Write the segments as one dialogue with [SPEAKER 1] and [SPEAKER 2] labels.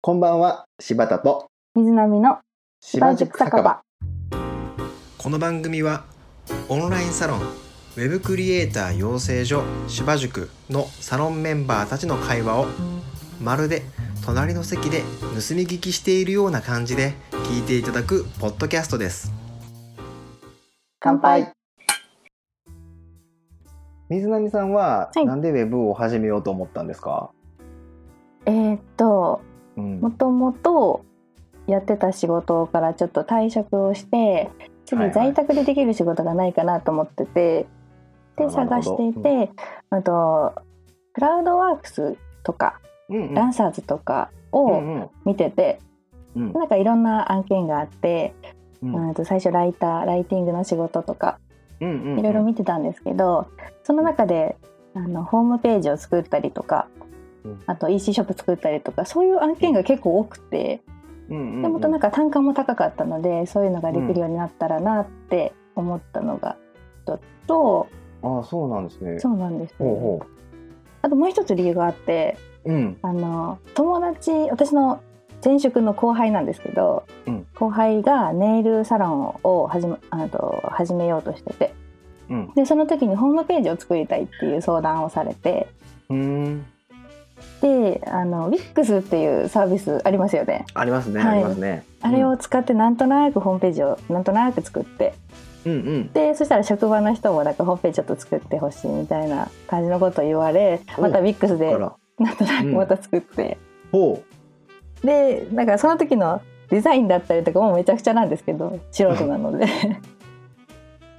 [SPEAKER 1] こんばんは柴田と
[SPEAKER 2] 水波の
[SPEAKER 1] 柴
[SPEAKER 2] 塾酒場
[SPEAKER 1] この番組はオンラインサロンウェブクリエイター養成所芝塾のサロンメンバーたちの会話をまるで隣の席で盗み聞きしているような感じで聞いていただくポッドキャストです
[SPEAKER 2] 乾杯
[SPEAKER 1] 水波さんは
[SPEAKER 2] はい
[SPEAKER 1] なんでウェブを始めようと思ったんですか、
[SPEAKER 2] えーっと
[SPEAKER 1] うん
[SPEAKER 2] もともとやってた仕事からちょっと退職をして
[SPEAKER 1] はい
[SPEAKER 2] 次
[SPEAKER 1] はい
[SPEAKER 2] 在宅でできる仕事がないかなと思ってて、
[SPEAKER 1] あ
[SPEAKER 2] で
[SPEAKER 1] なる
[SPEAKER 2] 探
[SPEAKER 1] ほど
[SPEAKER 2] していて、あとクラウドワークスとか、
[SPEAKER 1] うんうん
[SPEAKER 2] ランサーズとか
[SPEAKER 1] う
[SPEAKER 2] を
[SPEAKER 1] んうん
[SPEAKER 2] 見てて、
[SPEAKER 1] うん
[SPEAKER 2] なんかいろんな案件があって、
[SPEAKER 1] うん
[SPEAKER 2] うんと最初ライターライティングの仕事とか
[SPEAKER 1] うんうん
[SPEAKER 2] いろいろ見てたんですけど、その中であのホームページを作ったりとか、
[SPEAKER 1] うん
[SPEAKER 2] あと EC ショップ作ったりとかそういう案件が結構多くて、
[SPEAKER 1] うんうん
[SPEAKER 2] でもとなんか単価も高かったのでそういうのができるようになったらなって思ったのが一つと、
[SPEAKER 1] あそうなんですね
[SPEAKER 2] そうなんです、
[SPEAKER 1] ほうほ
[SPEAKER 2] あともう一つ理由があって
[SPEAKER 1] ううん
[SPEAKER 2] あの友達私の前職の後輩なんですけど、
[SPEAKER 1] うん
[SPEAKER 2] 後輩がネイルサロンを始めあと始めようとしてて
[SPEAKER 1] うん
[SPEAKER 2] でその時にホームページを作りたいっていう相談をされて
[SPEAKER 1] うん
[SPEAKER 2] であの WIX っていうサービスありますよね
[SPEAKER 1] ありますね、
[SPEAKER 2] は
[SPEAKER 1] あ
[SPEAKER 2] い
[SPEAKER 1] りますね
[SPEAKER 2] あれを使ってなんとなくホームページをなんとなく作って
[SPEAKER 1] うんうん
[SPEAKER 2] でそしたら職場の人もなんかホームページちょっと作ってほしいみたいな感じのことを言われ
[SPEAKER 1] お
[SPEAKER 2] また WIX
[SPEAKER 1] だ
[SPEAKER 2] で
[SPEAKER 1] から
[SPEAKER 2] なんとなくまた作って、
[SPEAKER 1] ほ
[SPEAKER 2] でなんかその時のデザインだったりとかもめちゃくちゃなんですけど素人なので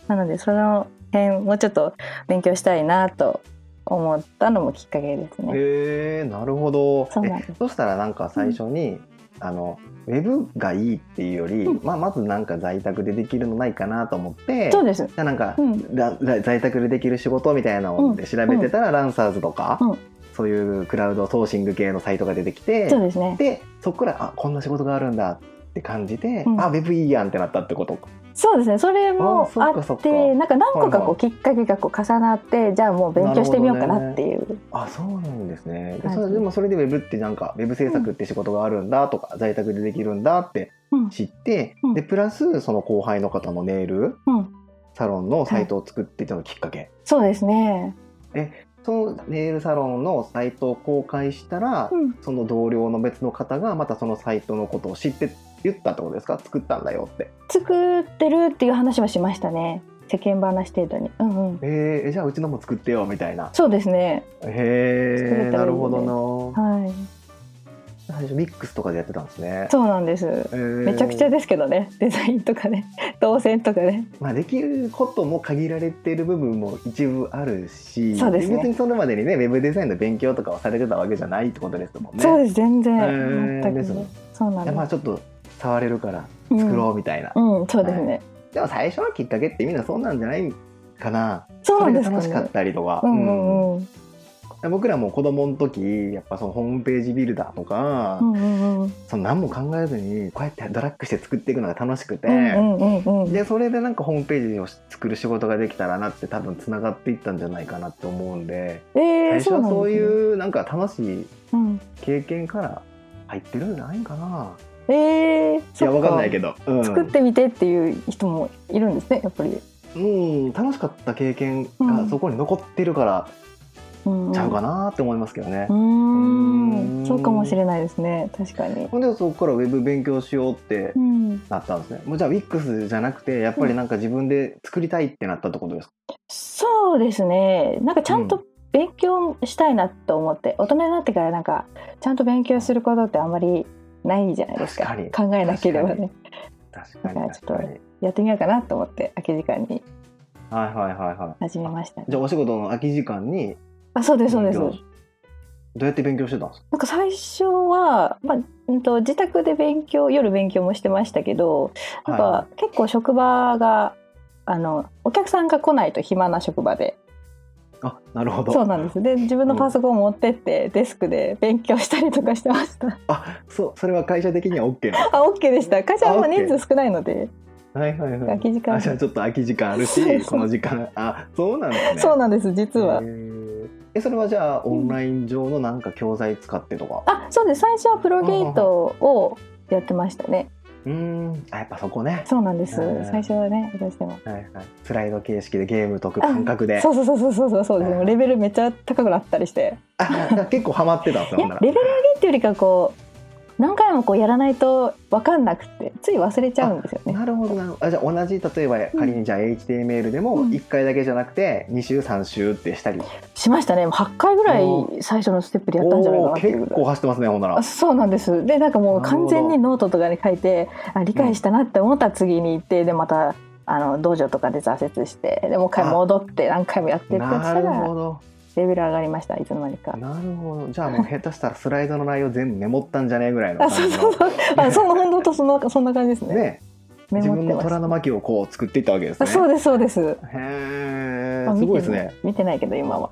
[SPEAKER 2] なのでその辺もうちょっと勉強したいなと思ったのもきっかけです
[SPEAKER 1] う
[SPEAKER 2] ね。
[SPEAKER 1] へえなるほど
[SPEAKER 2] そうなんです
[SPEAKER 1] えそしたらなんか最初に、あのウェブがいいっていうより、
[SPEAKER 2] う
[SPEAKER 1] まあ、まずなんか在宅でできるのないかなと思って
[SPEAKER 2] そうです
[SPEAKER 1] じゃあなんか、
[SPEAKER 2] うん
[SPEAKER 1] らら在宅でできる仕事みたいなので調べてたら、ランサーズとか、
[SPEAKER 2] うん
[SPEAKER 1] そういうクラウドソーシング系のサイトが出てきて
[SPEAKER 2] そうですね
[SPEAKER 1] でそこからあこんな仕事があるんだって感じて、
[SPEAKER 2] うん
[SPEAKER 1] あウェブいいやんってなったってこと
[SPEAKER 2] そうですねそれ
[SPEAKER 1] あ
[SPEAKER 2] もあ
[SPEAKER 1] ーそっかそっ
[SPEAKER 2] っ
[SPEAKER 1] か
[SPEAKER 2] てなんか何個かこう
[SPEAKER 1] は
[SPEAKER 2] きっかけがこう重なってじゃあもう勉強してみようかなっていう、
[SPEAKER 1] あそうなんですね、で
[SPEAKER 2] はい
[SPEAKER 1] それでもそれでウェブってなんかウェブ制作って仕事があるんだとか、在宅でできるんだって
[SPEAKER 2] うん
[SPEAKER 1] 知って、
[SPEAKER 2] うん
[SPEAKER 1] でプラスその後輩の方のネイル
[SPEAKER 2] うん、
[SPEAKER 1] サロンのサイトを作っていたのがきっかけ、
[SPEAKER 2] そうですね、
[SPEAKER 1] そのネイルサロンのサイトを公開したら、
[SPEAKER 2] うん、
[SPEAKER 1] その同僚の別の方がまたそのサイトのことを知って言ったってことですか作ったんだよって
[SPEAKER 2] 作ってるっていう話はしましたね世間話程度に、うんうん、
[SPEAKER 1] えー、じゃあうちのも作ってよみたいな
[SPEAKER 2] そうですね作
[SPEAKER 1] へえ
[SPEAKER 2] れた
[SPEAKER 1] な
[SPEAKER 2] ら
[SPEAKER 1] る
[SPEAKER 2] いいね
[SPEAKER 1] ほどな
[SPEAKER 2] はい
[SPEAKER 1] 最初ミックスとかでやってたんですね
[SPEAKER 2] そうなんです
[SPEAKER 1] えー
[SPEAKER 2] めちゃくちゃですけどねデザインとかね動線とかね
[SPEAKER 1] まあ、できることも限られてる部分も一部あるし
[SPEAKER 2] そうですね
[SPEAKER 1] 別にそれまでにねウェブデザインの勉強とかはされてたわけじゃないってことですもんね。
[SPEAKER 2] そうです全然、
[SPEAKER 1] えー
[SPEAKER 2] 全くね
[SPEAKER 1] ですね
[SPEAKER 2] そうなん
[SPEAKER 1] いや
[SPEAKER 2] です、
[SPEAKER 1] まあちょっと触れるから
[SPEAKER 2] うん
[SPEAKER 1] 作ろうみたいな、
[SPEAKER 2] うん、そうですね、
[SPEAKER 1] でも最初のきっかけってみんなそうなんじゃないかな
[SPEAKER 2] そうなんです
[SPEAKER 1] れが
[SPEAKER 2] か
[SPEAKER 1] 楽しかっ
[SPEAKER 2] ね
[SPEAKER 1] たりとか、
[SPEAKER 2] うんうんうん
[SPEAKER 1] うん僕らも子供の時やっぱそのホームページビルダーとか、
[SPEAKER 2] うんうんうん
[SPEAKER 1] その何も考えずにこうやってドラッグして作っていくのが楽しくて、
[SPEAKER 2] うんうんうんうん
[SPEAKER 1] でそれでなんかホームページを作る仕事ができたらなって多分つながっていったんじゃないかなって思うんで
[SPEAKER 2] え
[SPEAKER 1] 最
[SPEAKER 2] ー、
[SPEAKER 1] 初
[SPEAKER 2] そう
[SPEAKER 1] は
[SPEAKER 2] なん
[SPEAKER 1] そう
[SPEAKER 2] ですね
[SPEAKER 1] いうなんか楽しい
[SPEAKER 2] うん、
[SPEAKER 1] 経験から入ってるんじゃないかな。
[SPEAKER 2] えー、
[SPEAKER 1] いやわかんないけ
[SPEAKER 2] ど、
[SPEAKER 1] ど、うん、
[SPEAKER 2] 作ってみてっていう人もいるんですねやっぱり、
[SPEAKER 1] うん楽しかった経験
[SPEAKER 2] う
[SPEAKER 1] が
[SPEAKER 2] ん
[SPEAKER 1] そこに残ってるから
[SPEAKER 2] うんうん、
[SPEAKER 1] ちゃうかなって思いますけどね
[SPEAKER 2] う。ー
[SPEAKER 1] うん
[SPEAKER 2] んそうかもしれないですね確かに、
[SPEAKER 1] ほんでそこからウェブ勉強しようって
[SPEAKER 2] うん、
[SPEAKER 1] なったんですね。もうじゃあ Wix じゃなくてやっぱりなんか自分で作りたいってなったってことですか。
[SPEAKER 2] そうですねなんかちゃん
[SPEAKER 1] う
[SPEAKER 2] と勉強したいなと思って、大人になってからなんかちゃんと勉強することってあんまりないじゃないですか
[SPEAKER 1] 確か
[SPEAKER 2] 考えなければね
[SPEAKER 1] 確か
[SPEAKER 2] だか
[SPEAKER 1] に
[SPEAKER 2] らちょっと
[SPEAKER 1] 確かに。
[SPEAKER 2] やってみようかなと思って空き時間に
[SPEAKER 1] はいはいはいはい。
[SPEAKER 2] 始めましたね
[SPEAKER 1] じゃあお仕事の空き時間に
[SPEAKER 2] あそうですそうです
[SPEAKER 1] 勉強どうやって勉強してたんですか。
[SPEAKER 2] なんか最初は、まあうん、と自宅で勉強夜勉強もしてましたけどなん
[SPEAKER 1] は
[SPEAKER 2] か結構職場があのお客さんが来ないと暇な職場で
[SPEAKER 1] あ、なるほど。
[SPEAKER 2] そうなんですで自分のパソコンを持ってって、デスクで勉強したりとかしてました
[SPEAKER 1] あ、そう、それは会社的にはオッケーなの。
[SPEAKER 2] あ OK でした会社はもう人数少ないので
[SPEAKER 1] はいはいは
[SPEAKER 2] 空
[SPEAKER 1] い。
[SPEAKER 2] き時間
[SPEAKER 1] あ、じゃあちょっと空き時間ある
[SPEAKER 2] そうそ
[SPEAKER 1] し、
[SPEAKER 2] う
[SPEAKER 1] この時間、あ、そうなんですね。
[SPEAKER 2] そうなんです実は
[SPEAKER 1] へーえそれはじゃあオンライン上のなんか教材使ってとか
[SPEAKER 2] あそうです最初はプロゲートをやってましたね
[SPEAKER 1] うーんあやっぱそこね
[SPEAKER 2] そうなんです
[SPEAKER 1] うん
[SPEAKER 2] 最初はねどうしても
[SPEAKER 1] はいはいスライド形式でゲーム解く感覚で
[SPEAKER 2] そうそうそうそうそうそうですもうレベルめっちゃ高くなったりして
[SPEAKER 1] あ結構ハマってたんです
[SPEAKER 2] いや
[SPEAKER 1] ほんなら
[SPEAKER 2] レベル上げっていうよりかこう何回もこうやらないと分かんなくてつい忘れちゃうんですよね
[SPEAKER 1] なるほどなるほどあじゃあ同じ例えば仮にじゃあ HTML でも
[SPEAKER 2] うん
[SPEAKER 1] 1回だけじゃなくて2週3週ってしたり、
[SPEAKER 2] しましたね8回ぐらい
[SPEAKER 1] お
[SPEAKER 2] 最初のステップでやったんじゃないか
[SPEAKER 1] お
[SPEAKER 2] な
[SPEAKER 1] お
[SPEAKER 2] っていう
[SPEAKER 1] 結
[SPEAKER 2] ぐらい
[SPEAKER 1] 構走ってますねほんなら
[SPEAKER 2] あそうなんですでなんかもう
[SPEAKER 1] なるほ
[SPEAKER 2] 完
[SPEAKER 1] ど
[SPEAKER 2] 全にノートとかに書いてあ理解したなって思ったら次に行ってでまたあの道場とかで挫折してでもう一回戻って何回もやってってした
[SPEAKER 1] なるほ
[SPEAKER 2] ら
[SPEAKER 1] ど
[SPEAKER 2] レベル上がりましたいつの間にか。
[SPEAKER 1] なるほどじゃあもう下手したらスライドの内容全部メモったんじゃねえぐらいの
[SPEAKER 2] あ
[SPEAKER 1] 感じ
[SPEAKER 2] そ
[SPEAKER 1] の
[SPEAKER 2] うそうそう あその本当とそのそんな感じですね
[SPEAKER 1] ね
[SPEAKER 2] メ
[SPEAKER 1] 自
[SPEAKER 2] モっ
[SPEAKER 1] 分
[SPEAKER 2] て
[SPEAKER 1] の
[SPEAKER 2] ました
[SPEAKER 1] 虎の巻をこう作っていったわけですね
[SPEAKER 2] あそうですそうです
[SPEAKER 1] へえ
[SPEAKER 2] あ見て
[SPEAKER 1] すごいです
[SPEAKER 2] な
[SPEAKER 1] ね
[SPEAKER 2] 見てないけど今は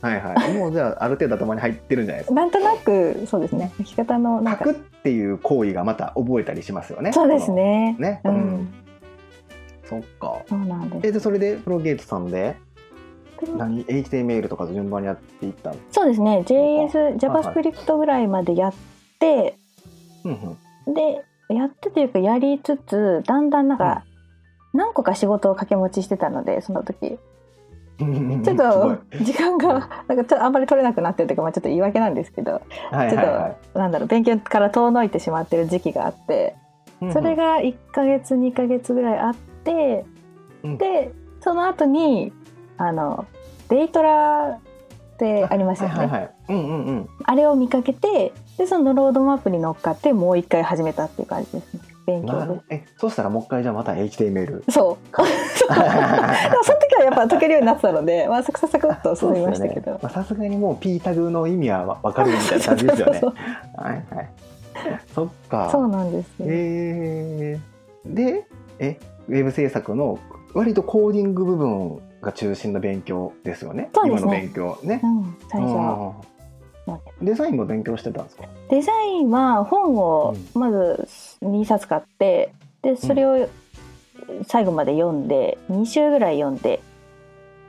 [SPEAKER 1] はい はいもうじゃあある程度頭に入ってるんじゃないですか
[SPEAKER 2] なんとなくそうですね書き方のなん
[SPEAKER 1] 書
[SPEAKER 2] か
[SPEAKER 1] くっていう行為がまた覚えたりしますよね
[SPEAKER 2] そうですね
[SPEAKER 1] このね
[SPEAKER 2] う、
[SPEAKER 1] うんんそっか
[SPEAKER 2] そうなんです
[SPEAKER 1] えでそれでプロゲートさんで何 HTML とかと順番にやっていったの
[SPEAKER 2] そうですね JS
[SPEAKER 1] はいはい
[SPEAKER 2] JavaScript ぐらいまでやって
[SPEAKER 1] うんうん
[SPEAKER 2] でやってというかやりつつだんだんなんか、何個か仕事を掛け持ちしてたのでその時ちょっ
[SPEAKER 1] すごい
[SPEAKER 2] と時間がなんかちょっとあんまり取れなくなってるというか、まあ、ちょっと言い訳なんですけど、
[SPEAKER 1] はいはいは
[SPEAKER 2] ちょっとなんだろう勉強から遠のいてしまってる時期があって
[SPEAKER 1] い
[SPEAKER 2] それが1ヶ月2ヶ月ぐらいあって、
[SPEAKER 1] うん
[SPEAKER 2] でその後にあのデイトラってありますよね、
[SPEAKER 1] はいはいはいうんうんうん
[SPEAKER 2] あれを見かけてでそのロードマップに乗っかってもう一回始めたっていう感じですね勉強
[SPEAKER 1] な
[SPEAKER 2] で
[SPEAKER 1] るえそうしたらもう一回じゃあまた HTML
[SPEAKER 2] そう そうでもその時はやっぱ解けるようになってたので、まあ、サクサクサクっと進みましたけ
[SPEAKER 1] そうですよね
[SPEAKER 2] ど。
[SPEAKER 1] まあさすがにもう P タグの意味はわわかるみたいな感じですよね
[SPEAKER 2] そうそう
[SPEAKER 1] はいはいそっか
[SPEAKER 2] そうなんです、ね
[SPEAKER 1] えーでえウェブ制作の割とコーディング部分が中心の勉強ですよね
[SPEAKER 2] そうですね
[SPEAKER 1] 今の勉強ね
[SPEAKER 2] うん、最初は
[SPEAKER 1] うんデザインも勉強してたんですか
[SPEAKER 2] デザインは本をまず2冊買ってでそれを最後まで読んで2週ぐらい読んで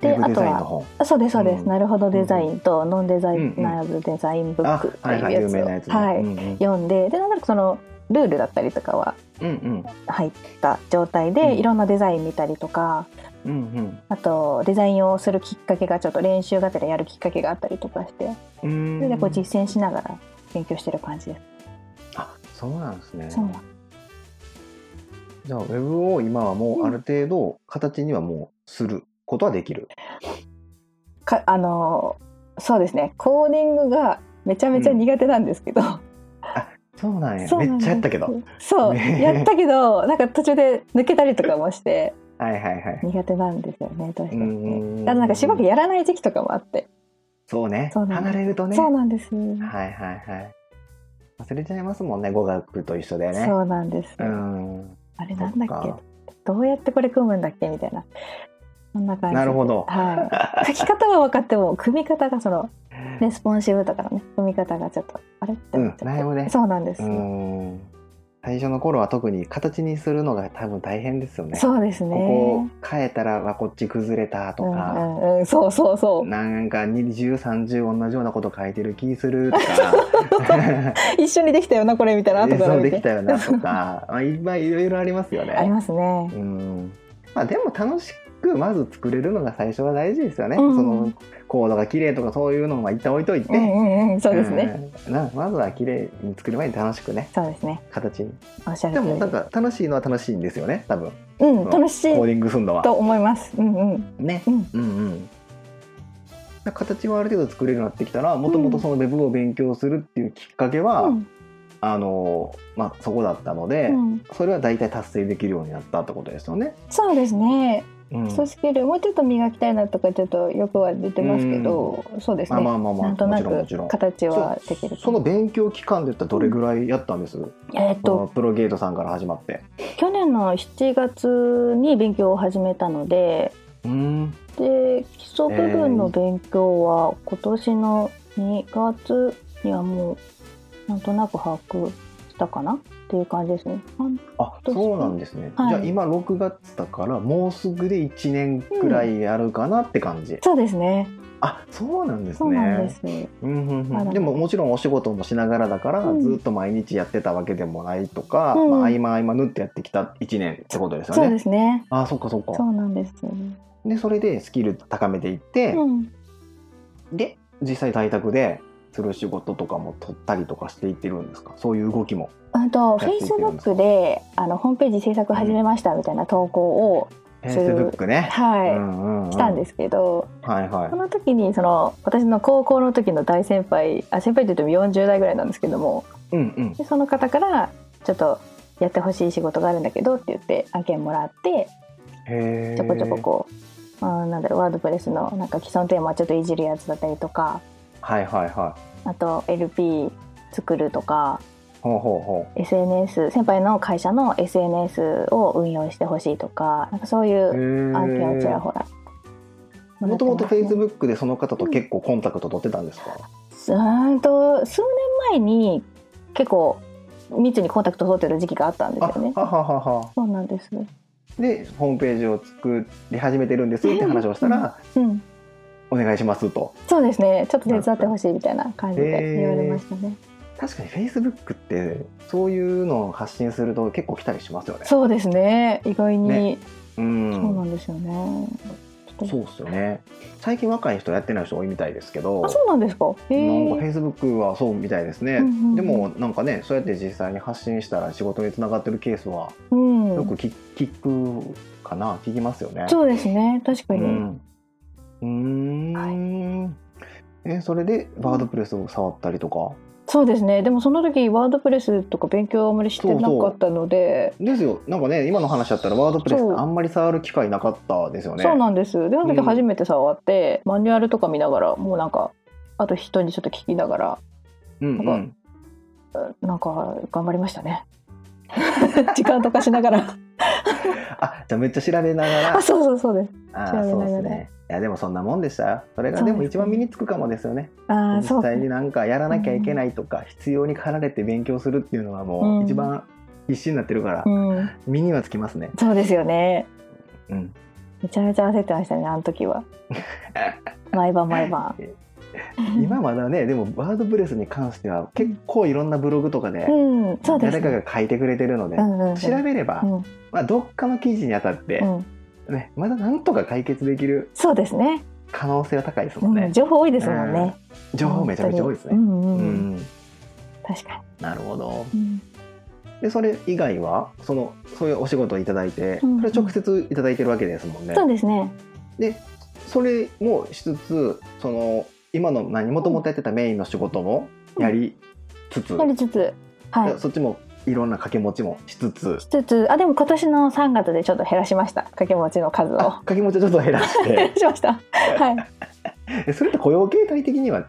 [SPEAKER 1] ウェ
[SPEAKER 2] で
[SPEAKER 1] ブ
[SPEAKER 2] あ
[SPEAKER 1] デ
[SPEAKER 2] と
[SPEAKER 1] ザインの
[SPEAKER 2] は
[SPEAKER 1] 本
[SPEAKER 2] あそうですそうです、
[SPEAKER 1] うん
[SPEAKER 2] なるほどデザインとノンデザイ
[SPEAKER 1] うんうん
[SPEAKER 2] ナーズデザインブッ
[SPEAKER 1] あ
[SPEAKER 2] クって
[SPEAKER 1] はい
[SPEAKER 2] い
[SPEAKER 1] は
[SPEAKER 2] う
[SPEAKER 1] い有
[SPEAKER 2] や
[SPEAKER 1] 名
[SPEAKER 2] つを、
[SPEAKER 1] なやつね
[SPEAKER 2] はい
[SPEAKER 1] うんうん
[SPEAKER 2] 読んででなんとなくそのルールだったりとかは
[SPEAKER 1] うん
[SPEAKER 2] 入った状態
[SPEAKER 1] うん
[SPEAKER 2] で、いろんなデザイン見たりとか
[SPEAKER 1] うんうん
[SPEAKER 2] あとデザインをするきっかけがちょっと練習がてらやるきっかけがあったりとかして
[SPEAKER 1] うんうん
[SPEAKER 2] それでこう実践しながら勉強してる感じです。
[SPEAKER 1] あそうなんですね
[SPEAKER 2] そうなん
[SPEAKER 1] じゃあウェブを今はもうある程度形にはもうすることはできる、
[SPEAKER 2] かあのそうですねコーディングがめちゃめちゃ苦手なんですけど、
[SPEAKER 1] そうなんや
[SPEAKER 2] そう
[SPEAKER 1] め
[SPEAKER 2] なん
[SPEAKER 1] っ
[SPEAKER 2] です
[SPEAKER 1] ちゃやったけどはい
[SPEAKER 2] そう、
[SPEAKER 1] ね
[SPEAKER 2] やったけどなんか途中で抜けたりとかもして
[SPEAKER 1] はい はい
[SPEAKER 2] 苦手なんですよねどうしても
[SPEAKER 1] う
[SPEAKER 2] ね
[SPEAKER 1] ー。ん
[SPEAKER 2] あとなんかしばらくやらない時期とかもあって、
[SPEAKER 1] そうね
[SPEAKER 2] そうなんです
[SPEAKER 1] 離れるとね
[SPEAKER 2] そうなんです、
[SPEAKER 1] はいはいはい忘れちゃいますもんね語学と一緒だよね
[SPEAKER 2] そうなんです、
[SPEAKER 1] うん
[SPEAKER 2] あれなんだっ
[SPEAKER 1] そっか
[SPEAKER 2] けどうやってこれ組むんだっけみたいなそんな感じで
[SPEAKER 1] なるほど
[SPEAKER 2] はい、書き方は分かっても組み方がそのレスポンシブとかのね組み方がちょっとあれって思っちゃって
[SPEAKER 1] うんなるほどね
[SPEAKER 2] そうなんです、
[SPEAKER 1] うん最初の頃は特に形にするのが多分大変ですよね
[SPEAKER 2] そうですね
[SPEAKER 1] ここ変えたらわこっち崩れたと
[SPEAKER 2] う
[SPEAKER 1] か、
[SPEAKER 2] んうんうん、そうそうそう
[SPEAKER 1] なんか2030同じようなこと書いてる気すると か
[SPEAKER 2] 一緒にできたよなこれみたいな後から
[SPEAKER 1] そう
[SPEAKER 2] 見
[SPEAKER 1] で
[SPEAKER 2] て
[SPEAKER 1] きたよなとか、まあ、いっぱいいろいろありますよね。
[SPEAKER 2] ありますね
[SPEAKER 1] うんまあ、でも楽しくまず作れるのが最初は大事ですよね。
[SPEAKER 2] うん
[SPEAKER 1] そのコードが綺麗とかそういうのは一旦置いといて、
[SPEAKER 2] うんうんうんそうですね、
[SPEAKER 1] うんなまずは綺麗に作る前に楽しくね
[SPEAKER 2] そうですね
[SPEAKER 1] 形に
[SPEAKER 2] おっしゃる
[SPEAKER 1] でもなん
[SPEAKER 2] 通
[SPEAKER 1] か楽しいのは楽しいんですよね多分
[SPEAKER 2] りうん楽し
[SPEAKER 1] コー
[SPEAKER 2] い
[SPEAKER 1] ディングするのは
[SPEAKER 2] と思いますうんうん
[SPEAKER 1] ね
[SPEAKER 2] うん
[SPEAKER 1] うんうん形はある程度作れるようになってきたらもともとその Web を勉強するっていうきっかけは、
[SPEAKER 2] うん
[SPEAKER 1] あのまあ、そこだったので、
[SPEAKER 2] うん
[SPEAKER 1] それは大体達成できるようになったってことですよね。
[SPEAKER 2] そうですね
[SPEAKER 1] うん
[SPEAKER 2] 組織量もうちょっと磨きたいなとかちょっとよくは出てますけどそうです
[SPEAKER 1] あ
[SPEAKER 2] ね
[SPEAKER 1] まあまあまあ
[SPEAKER 2] なんとな
[SPEAKER 1] もちろん
[SPEAKER 2] く
[SPEAKER 1] もちろん
[SPEAKER 2] 形はできる
[SPEAKER 1] その勉強期間で言ったらどれぐらいやったんです、
[SPEAKER 2] えっ
[SPEAKER 1] その
[SPEAKER 2] と
[SPEAKER 1] プロゲートさんから始まって。
[SPEAKER 2] 去年の7月に勉強を始めたので
[SPEAKER 1] うん
[SPEAKER 2] で基礎部分の勉強は今年の2月にはもうなんとなく把握したかなっていう感じですね。半
[SPEAKER 1] あそうなんですね、
[SPEAKER 2] はい
[SPEAKER 1] じゃあ今6月だからもうすぐで1年くらいやるかなって感じ、
[SPEAKER 2] そうですね。
[SPEAKER 1] あそうなんですね
[SPEAKER 2] そうなんです、
[SPEAKER 1] うんうん
[SPEAKER 2] ま
[SPEAKER 1] うん
[SPEAKER 2] だ
[SPEAKER 1] でももちろんお仕事もしながらだから、
[SPEAKER 2] うん
[SPEAKER 1] ずっと毎日やってたわけでもないとか、
[SPEAKER 2] うん
[SPEAKER 1] まあ、合間合間縫ってやってきた1年ってことですよね。
[SPEAKER 2] そうですね
[SPEAKER 1] あそっかそっか
[SPEAKER 2] そうなんです、
[SPEAKER 1] でそれでスキル高めていって、
[SPEAKER 2] うん、
[SPEAKER 1] で実際在宅でする仕事とかも取ったりとかしていってるんですかそういう動きも。
[SPEAKER 2] あと
[SPEAKER 1] や
[SPEAKER 2] フ
[SPEAKER 1] って
[SPEAKER 2] ェ
[SPEAKER 1] い
[SPEAKER 2] イ
[SPEAKER 1] け
[SPEAKER 2] ス
[SPEAKER 1] る
[SPEAKER 2] ブ
[SPEAKER 1] んで
[SPEAKER 2] ッ
[SPEAKER 1] すか
[SPEAKER 2] クであのホームページ制作始めましたみたいな投稿を、
[SPEAKER 1] フェイ
[SPEAKER 2] そう
[SPEAKER 1] スブックね、
[SPEAKER 2] はい、
[SPEAKER 1] うんうんうん、
[SPEAKER 2] したんですけど、
[SPEAKER 1] はいはい
[SPEAKER 2] その時にその私の高校の時の大先輩あ先輩って言っても40代ぐらいなんですけども
[SPEAKER 1] うんうん
[SPEAKER 2] でその方からちょっとやってほしい仕事があるんだけどって言って案件もらって
[SPEAKER 1] へー
[SPEAKER 2] ちょこちょここう、あーなんだろうワードプレスのなんか既存テーマちょっといじるやつだったりとか
[SPEAKER 1] はいはいはい
[SPEAKER 2] あと LP 作るとか
[SPEAKER 1] ほうほうほ
[SPEAKER 2] SNS 先輩の会社の SNS を運用してほしいとかなんかそういうう
[SPEAKER 1] へ
[SPEAKER 2] 案件をちらほららってますね。
[SPEAKER 1] もともとフェイスブックでその方と結構コンタクト取ってたんですか、
[SPEAKER 2] うーんと数年前に結構密にコンタクト取ってる時期があったんです
[SPEAKER 1] あ
[SPEAKER 2] よね。
[SPEAKER 1] はははは
[SPEAKER 2] そうなんです。
[SPEAKER 1] でホームページを作り始めてるんですって話をしたら
[SPEAKER 2] うん、
[SPEAKER 1] 「お願いします」と
[SPEAKER 2] そうですね。ちょっと手伝ってほしいみたいな感じで言われましたね。
[SPEAKER 1] 確かにフェイスブックってそういうのを発信すると結構来たりしますよね
[SPEAKER 2] そうですね。意外に、
[SPEAKER 1] ねう
[SPEAKER 2] そうんなんですよね。ちょっと
[SPEAKER 1] そうっすよね最近若い人やってない人多いみたいですけど
[SPEAKER 2] あ、そうなんですか。へ
[SPEAKER 1] なんかフ
[SPEAKER 2] え。
[SPEAKER 1] ェイスブックはそうみたいですね、
[SPEAKER 2] うんうんうん
[SPEAKER 1] でもなんかねそうやって実際に発信したら仕事につながってるケースは
[SPEAKER 2] うん。
[SPEAKER 1] よくき聞くかな聞きますよね。
[SPEAKER 2] そうですね。確か
[SPEAKER 1] う
[SPEAKER 2] に。
[SPEAKER 1] んうーんえそれでワードプレスを触ったりとか、
[SPEAKER 2] そうですね。でもその時ワードプレスとか勉強あまりしてなかったので。
[SPEAKER 1] ですよなんかね今の話だったらワードプレス
[SPEAKER 2] そ
[SPEAKER 1] っ
[SPEAKER 2] う
[SPEAKER 1] てあんまり触る機会なかったですよね。
[SPEAKER 2] そうなんです。で、あの時
[SPEAKER 1] うん
[SPEAKER 2] 初めて触って、マニュアルとか見ながら、もうなんか。あと人にちょっと聞きながら、
[SPEAKER 1] うんう
[SPEAKER 2] なん
[SPEAKER 1] ん、
[SPEAKER 2] なんか頑張りまし たね。時間とかしながら。
[SPEAKER 1] あじゃあめっちゃ調べながら
[SPEAKER 2] あ、そうそうそうです。
[SPEAKER 1] あ
[SPEAKER 2] 調べな
[SPEAKER 1] ー
[SPEAKER 2] がら
[SPEAKER 1] そうですねいやでもそんなもんでしたよそれがで
[SPEAKER 2] そう
[SPEAKER 1] も
[SPEAKER 2] です
[SPEAKER 1] 一
[SPEAKER 2] ね
[SPEAKER 1] 番身につくかもですよね
[SPEAKER 2] あー、そ
[SPEAKER 1] 実
[SPEAKER 2] う。
[SPEAKER 1] 際になんかやらなきゃいけないとか、必要に駆られて勉強するっていうのはもう
[SPEAKER 2] う
[SPEAKER 1] ん一番必死になってるから、
[SPEAKER 2] うん。
[SPEAKER 1] 身にはつきますね、
[SPEAKER 2] そうですよね。
[SPEAKER 1] うん、
[SPEAKER 2] めちゃめちゃ焦ってましたね。あの 時は。毎晩毎晩。
[SPEAKER 1] 今まだねでもワードプレスに関しては結構いろんなブログとかで
[SPEAKER 2] うん、そうです、
[SPEAKER 1] 誰
[SPEAKER 2] ね。
[SPEAKER 1] かが書いてくれてるので、
[SPEAKER 2] うんうんうん、
[SPEAKER 1] 調べれば、
[SPEAKER 2] うん
[SPEAKER 1] まあ、どっかの記事に当たって、
[SPEAKER 2] うん、
[SPEAKER 1] ね、まだなんとか解決できる
[SPEAKER 2] そうですね、
[SPEAKER 1] 可能性は高いです
[SPEAKER 2] う
[SPEAKER 1] もんね、
[SPEAKER 2] ん、情報多いですもんね。
[SPEAKER 1] 情報めちゃめちゃ多いですね、う
[SPEAKER 2] う
[SPEAKER 1] ん
[SPEAKER 2] んうんうん、確か
[SPEAKER 1] なるほど
[SPEAKER 2] に。うん
[SPEAKER 1] でそれ以外はそのそういうお仕事をいただいて、
[SPEAKER 2] うんうん
[SPEAKER 1] それ直接いただいてるわけですもんね
[SPEAKER 2] そうですね。
[SPEAKER 1] でそれもしつつその今の何もともとやってたメインの仕事もやりつつ、
[SPEAKER 2] やりつつ、はい
[SPEAKER 1] で。そっちもいろんな掛け持ちもしつつ
[SPEAKER 2] しつつ、あでも今年の3月でちょっと減らしました。掛け持ちの数を
[SPEAKER 1] あ掛け持ちをちょっと減らし
[SPEAKER 2] 減
[SPEAKER 1] て
[SPEAKER 2] らしました。はい。
[SPEAKER 1] えそれって雇用形態的には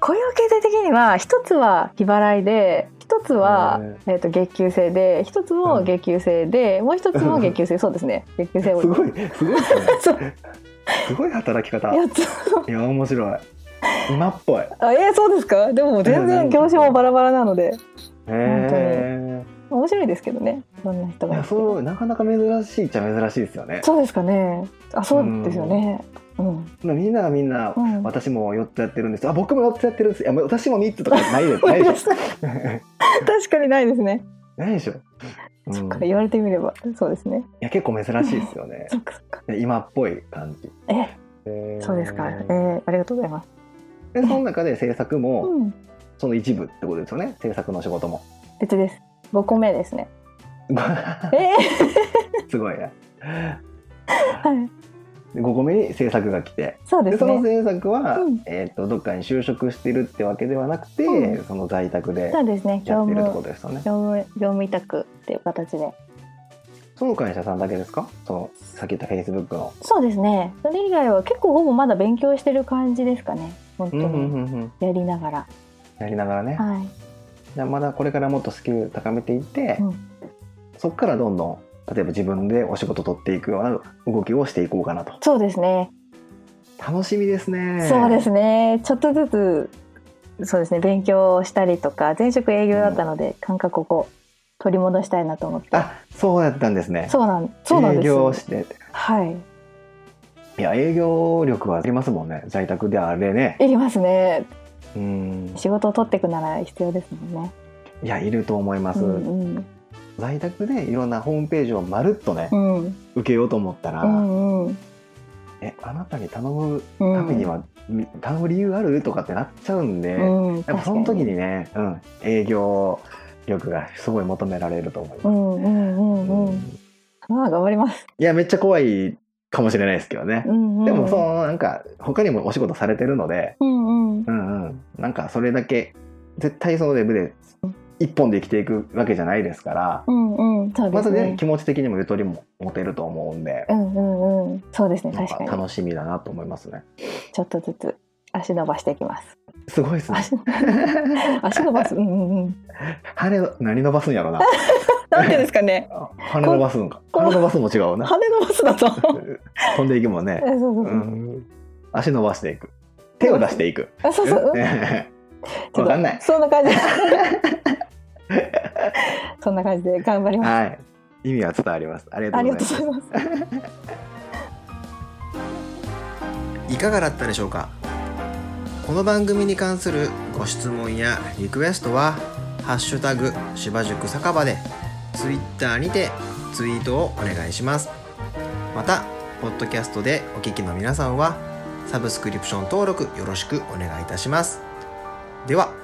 [SPEAKER 2] 雇用形態的には一つは日払いで、一つは
[SPEAKER 1] へ
[SPEAKER 2] えっ、と月給制で、一つも月給制で、もう一つ も月給制、そうですね。月給制を
[SPEAKER 1] すごいすごいですね
[SPEAKER 2] そう
[SPEAKER 1] すごい働き方
[SPEAKER 2] 四つ。
[SPEAKER 1] いや面白い今っぽいへ
[SPEAKER 2] あえーそうですか。でも全然業種もバラバラなので。
[SPEAKER 1] え
[SPEAKER 2] 面白いですけどねいろんな人がいて
[SPEAKER 1] そうなかなか珍しいっちゃ珍しいですよね
[SPEAKER 2] そうですかねあそうですよねうん、
[SPEAKER 1] みんながみんな、
[SPEAKER 2] うん
[SPEAKER 1] 私も4つやってるんですあ僕も4つやってるんですいやもう私も3つとかない ですないでし
[SPEAKER 2] 確かにないですね、
[SPEAKER 1] ょないでしょ、うん
[SPEAKER 2] そっか
[SPEAKER 1] い
[SPEAKER 2] 言われてみればそうですね
[SPEAKER 1] や結構珍しいですよね
[SPEAKER 2] そっかそっか
[SPEAKER 1] 今っぽい感じ
[SPEAKER 2] え
[SPEAKER 1] へー
[SPEAKER 2] そうですか、えー、ありがとうございます、
[SPEAKER 1] でその中で制作も
[SPEAKER 2] うん、
[SPEAKER 1] その一部ってことですよね制作の仕事も
[SPEAKER 2] 別です5個目 ですねえ
[SPEAKER 1] すごいね
[SPEAKER 2] ー、はい
[SPEAKER 1] 5個目に制作が来て
[SPEAKER 2] そうで
[SPEAKER 1] ですその制
[SPEAKER 2] ね
[SPEAKER 1] 作は、
[SPEAKER 2] うん
[SPEAKER 1] えー、とどっかに就職してるってわけではなくて、
[SPEAKER 2] う
[SPEAKER 1] その在宅で
[SPEAKER 2] そうですね
[SPEAKER 1] や
[SPEAKER 2] 業
[SPEAKER 1] ってるってこ
[SPEAKER 2] 務
[SPEAKER 1] とですよね
[SPEAKER 2] 業務業務委託っていう形で
[SPEAKER 1] その会社さんだけですかそのさっき言ったフェイスブックの
[SPEAKER 2] そうですねそれ以外は結構ほぼまだ勉強してる感じですかね本当
[SPEAKER 1] うんうんう
[SPEAKER 2] に
[SPEAKER 1] んうん
[SPEAKER 2] やりながら、
[SPEAKER 1] やりながらね、
[SPEAKER 2] はい
[SPEAKER 1] じゃあまだこれからもっとスキル高めていって、
[SPEAKER 2] うん
[SPEAKER 1] そこからどんどん例えば自分でお仕事取っていくような動きをしていこうかなと
[SPEAKER 2] そうですね
[SPEAKER 1] 楽しみですね
[SPEAKER 2] そうです
[SPEAKER 1] ね
[SPEAKER 2] ねちょっとずつそうですね勉強したりとか前職営業だったので、感覚をこう取り戻したいなと思って
[SPEAKER 1] あそうやったんですね
[SPEAKER 2] そうなんそうなんで
[SPEAKER 1] 営
[SPEAKER 2] す
[SPEAKER 1] 業して
[SPEAKER 2] はい
[SPEAKER 1] いや営業力はありますもんね在宅であれね
[SPEAKER 2] いりますね
[SPEAKER 1] うん
[SPEAKER 2] 仕事を取っていくなら必要ですもんね
[SPEAKER 1] いやいると思います、
[SPEAKER 2] うんうん
[SPEAKER 1] 在宅でいろんなホームページをまるっとね、
[SPEAKER 2] うん
[SPEAKER 1] 受けようと思ったら、
[SPEAKER 2] うんうん
[SPEAKER 1] えあなたに頼む
[SPEAKER 2] うん
[SPEAKER 1] ためには、み頼む理由あるとかってなっちゃうんで、やっ
[SPEAKER 2] うん
[SPEAKER 1] ぱその時にね、うん、営業力がすごい求められると思います
[SPEAKER 2] う、んうんうんうん、
[SPEAKER 1] うんい
[SPEAKER 2] まあ頑張ります、
[SPEAKER 1] やめっちゃ怖いかもしれないですけどね、
[SPEAKER 2] うんうん、
[SPEAKER 1] でもそのなんか他にもお仕事されてるので、
[SPEAKER 2] うん
[SPEAKER 1] う
[SPEAKER 2] うん
[SPEAKER 1] んうん、なんかそれだけ絶対そのウェブで一本で生きていくわけじゃないですから、
[SPEAKER 2] うんうんそうで
[SPEAKER 1] ますず
[SPEAKER 2] ね、
[SPEAKER 1] ね気持ち的にもゆとりも持てると思うんで
[SPEAKER 2] う、んうんうんそうですね
[SPEAKER 1] なん
[SPEAKER 2] 確
[SPEAKER 1] か
[SPEAKER 2] かに
[SPEAKER 1] 楽しみだなと思いますね。
[SPEAKER 2] ちょっとずつ足伸ばしていきます
[SPEAKER 1] すごいですね。
[SPEAKER 2] 足 足伸ばすうんうんうん
[SPEAKER 1] 羽を何伸ばすんやろ な。
[SPEAKER 2] なんていうんですかね
[SPEAKER 1] 羽伸ばすんか。
[SPEAKER 2] こ
[SPEAKER 1] 羽伸ばすも違うな。
[SPEAKER 2] 羽伸ばすだとそう
[SPEAKER 1] 飛んでいくもんね。
[SPEAKER 2] そうそう、
[SPEAKER 1] うん、足伸ばしていく。手を出していく。
[SPEAKER 2] あそ うそう、うんちょっと
[SPEAKER 1] わかんない。
[SPEAKER 2] そんな感じ。 そんな感じで頑張ります。
[SPEAKER 1] はい。意味は伝わります。ありが
[SPEAKER 2] あ
[SPEAKER 1] とう
[SPEAKER 2] り
[SPEAKER 1] ご
[SPEAKER 2] が
[SPEAKER 1] ざいます
[SPEAKER 2] と。うございます。
[SPEAKER 1] いかがだったでしょうかこの番組に関するご質問やリクエストは「ハッシュタグ芝塾酒場」でツイッターにてツイートをお願いしますまたポッドキャストでお聞きの皆さんはサブスクリプション登録よろしくお願いいたしますでは